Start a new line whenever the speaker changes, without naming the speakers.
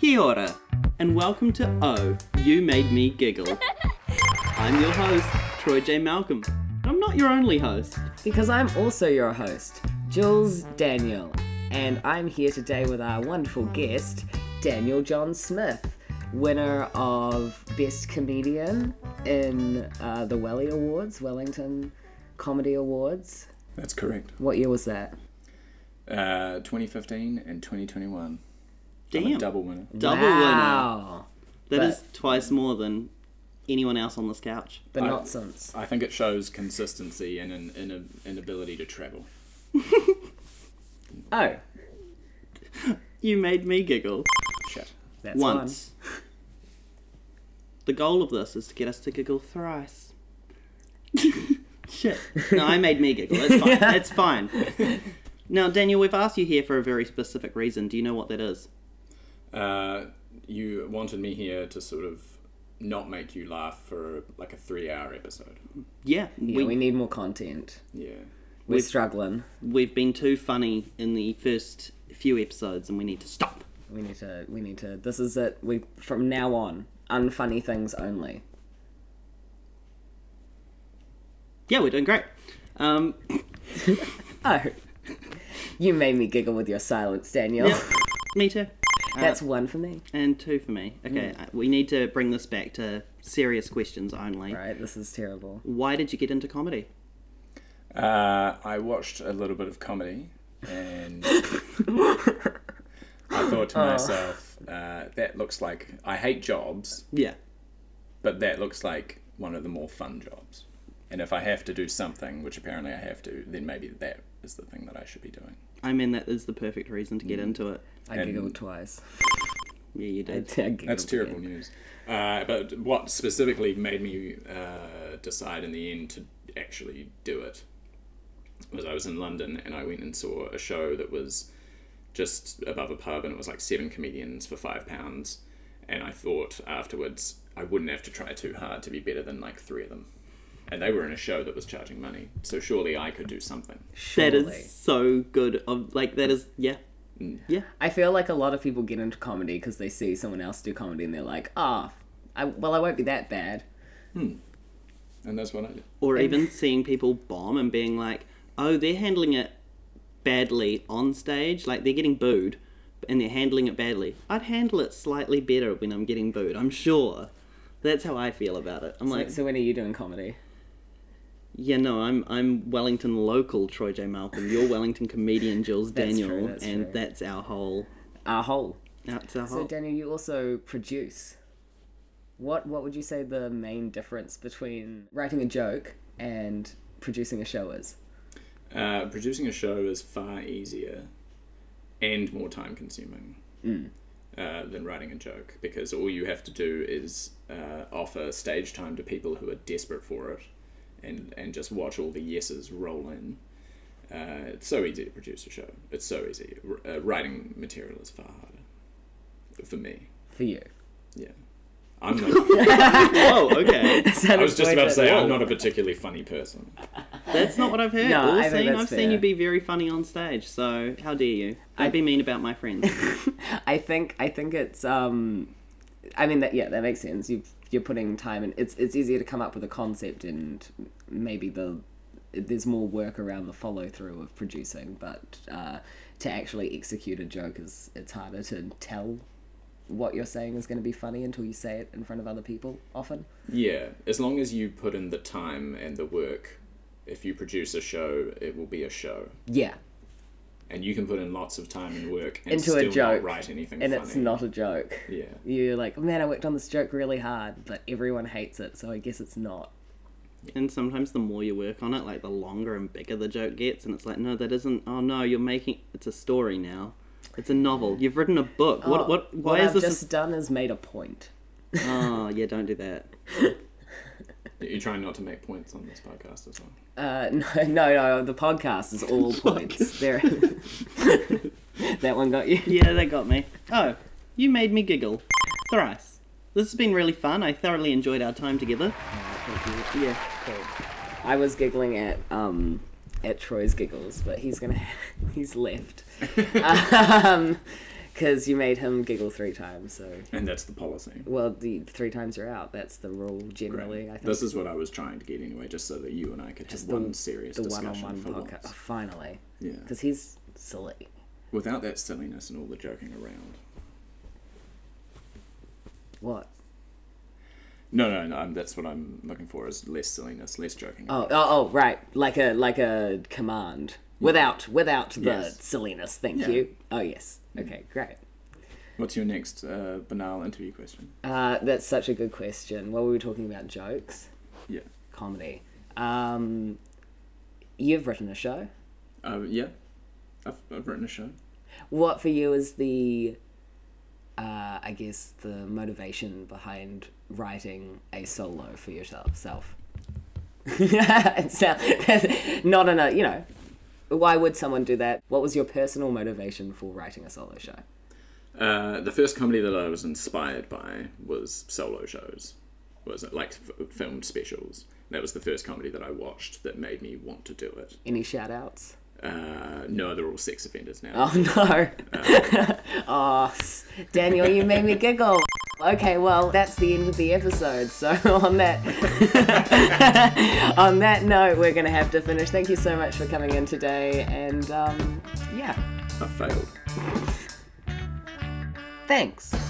Kia ora, and welcome to Oh, You Made Me Giggle. I'm your host, Troy J. Malcolm. But I'm not your only host.
Because I'm also your host, Jules Daniel, and I'm here today with our wonderful guest, Daniel John Smith, winner of Best Comedian in uh, the Welly Awards, Wellington Comedy Awards.
That's correct.
What year was that?
Uh, 2015 and 2021. I'm a
Damn.
double winner.
Double
wow.
winner. That is
But-
twice more than anyone else on this couch.
The
I-
nonsense.
I think it shows consistency and an, an, an inability to travel.
Oh,
You made me giggle.
Shit.
that's One.
once. the goal of this is to get us to giggle thrice. Shit. No, I made me giggle. It's fine. It's fine. Now, Daniel, we've asked you here for a very specific reason. Do you know what that is?
Uh, you wanted me here to sort of not make you laugh for like a three hour episode.
Yeah,
Yeah, we
we,
need more content.
Yeah.
We're
We've-
struggling.
we've been too funny in the first few episodes and we need to stop.
We need to. We need to. This is it. We from now on, unfunny things only.
Yeah, we're doing great. Um,
Oh, you made me giggle with your silence, Daniel.
yeah, me too. Uh,
That's Mm. one for me.
And two for me. Okay, uh, we need to bring this back to serious questions only.
Right, this is terrible.
Why did you get into comedy?
Uh, I watched a little bit of comedy and I thought to myself, uh, that looks like I hate jobs.
Yeah.
but that looks like one of the more fun jobs. And if I have to do something, which apparently I have to, then maybe that is the thing that I should be doing.
I mean, that is the perfect reason to get
Mm.
into it.
I
And-
giggled twice.
Yeah, you
I
did.
giggled
That's terrible
again.
news. Uh, but what specifically made me uh, decide in the end to actually do it was I was in London and I went and saw a show that was just above a pub and it was like seven comedians for five pounds. And I thought afterwards I wouldn't have to try too hard to be better than like three of them. And they were in a show that was charging money, so surely I could do something.
That
Surely.
is so good. Of like that is yeah, yeah.
I feel like a lot of people get into comedy because they see someone else do comedy and they're like, ah, I, well, I won't be that bad.
And that's what I did.
Or even seeing people bomb and being like, oh, they're handling it badly on stage. Like they're getting booed, and they're handling it badly. I'd handle it slightly better when I'm getting booed. I'm sure. That's how I feel about it. I'm like,
Like, so when are you doing comedy?
yeah, no, I'm I'm Wellington local Troy J Malcolm. You're Wellington comedian Jules
That's true,
Daniel,
that's
and
true.
that's our whole.
Our whole.
That's our
So
whole.
Daniel, you also produce. What What would you say the main difference between writing a joke and producing a show is?
Uh, producing a show is far easier and more time consuming uh, than writing a joke because all you have to do is uh, offer stage time to people who are desperate for it and, and just watch all the yeses roll in. Uh, it's so easy to produce a show. It's so easy. R- uh, writing material is far harder for me.
For you,
Yeah. I'm not,
Whoa, okay.
I was just about to say, I'm not a particularly funny person.
That's not what I've heard.
No,
All
I think
seen,
that's
I've seen you
fair.
be very funny on stage, so how dare you? Don't be mean about my friends.
I think I think it's um, I mean that yeah that makes sense. You you're putting time and it's it's easier to come up with a concept and maybe the there's more work around the follow through of producing, but uh, to actually execute a joke is it's harder to tell what you're saying is going to be funny until you say it in front of other people often.
Yeah, as long as you put in the time and the work, if you produce a show, it will be a show,
Yeah,
and you can put in lots of time and work and
Into a
still
joke,
not write anything
and
funny.
it's not a joke.
Yeah,
You're like, man, I worked on this joke really hard, but everyone hates it, so I guess it's not.
and sometimes the more you work on it, like the longer and bigger the joke gets, and it's like, no, that isn't. Oh no, you're making it's a story now. It's a novel. You've written a book.
Oh,
what? What? Why
what
is
I've
this?
just done is made a point.
Oh yeah, don't do that.
you're trying not to make points on this podcast as well.
Uh, no, no, no. The podcast is all points. There, that one got you.
Yeah, that got me. Oh, you made me giggle thrice. This has been really fun. I thoroughly enjoyed our time together. Yeah.
I was giggling at um at Troy's giggles, but he's gonna he's left because because Um, you made him giggle three times. So,
and that's the policy.
well, the three times you're out. That's the rule generally. I think
This is what I was trying to get anyway, just so that you and I could have
the-
one serious
the
discussion
one-on-one
for
podcast.
once.
Finally,
Yeah.
because he's silly.
Without that silliness and all the joking around.
What?
No, no, no. I'm, that's what I'm looking for is less silliness, less joking.
Oh, oh, oh, right. Like a like a command without without the
Yes.
silliness. Thank
Yeah.
you. Oh yes. Okay, great.
What's your next uh, banal interview question?
Uh, that's such a good question. What were we talking about? Jokes,
Yeah.
comedy. Um, you've written a show.
Uh, yeah. I've, I've written a show.
What for you is the, uh, I guess the motivation behind writing a solo for yourself? it sounds not in a you know. Why would someone do that? What was your personal motivation for writing a solo show?
Uh, the first comedy that I was inspired by was solo shows, was it like f- filmed specials. That was the first comedy that I watched that made me want to do it.
Any shout outs?
Uh, no, they're all sex offenders now.
Oh no. oh, s- Daniel, you made me giggle. Okay, well, that's the end of the episode. So on that on that note, we're going to have to finish. Thank you so much for coming in today and um, yeah.
I failed.
Thanks.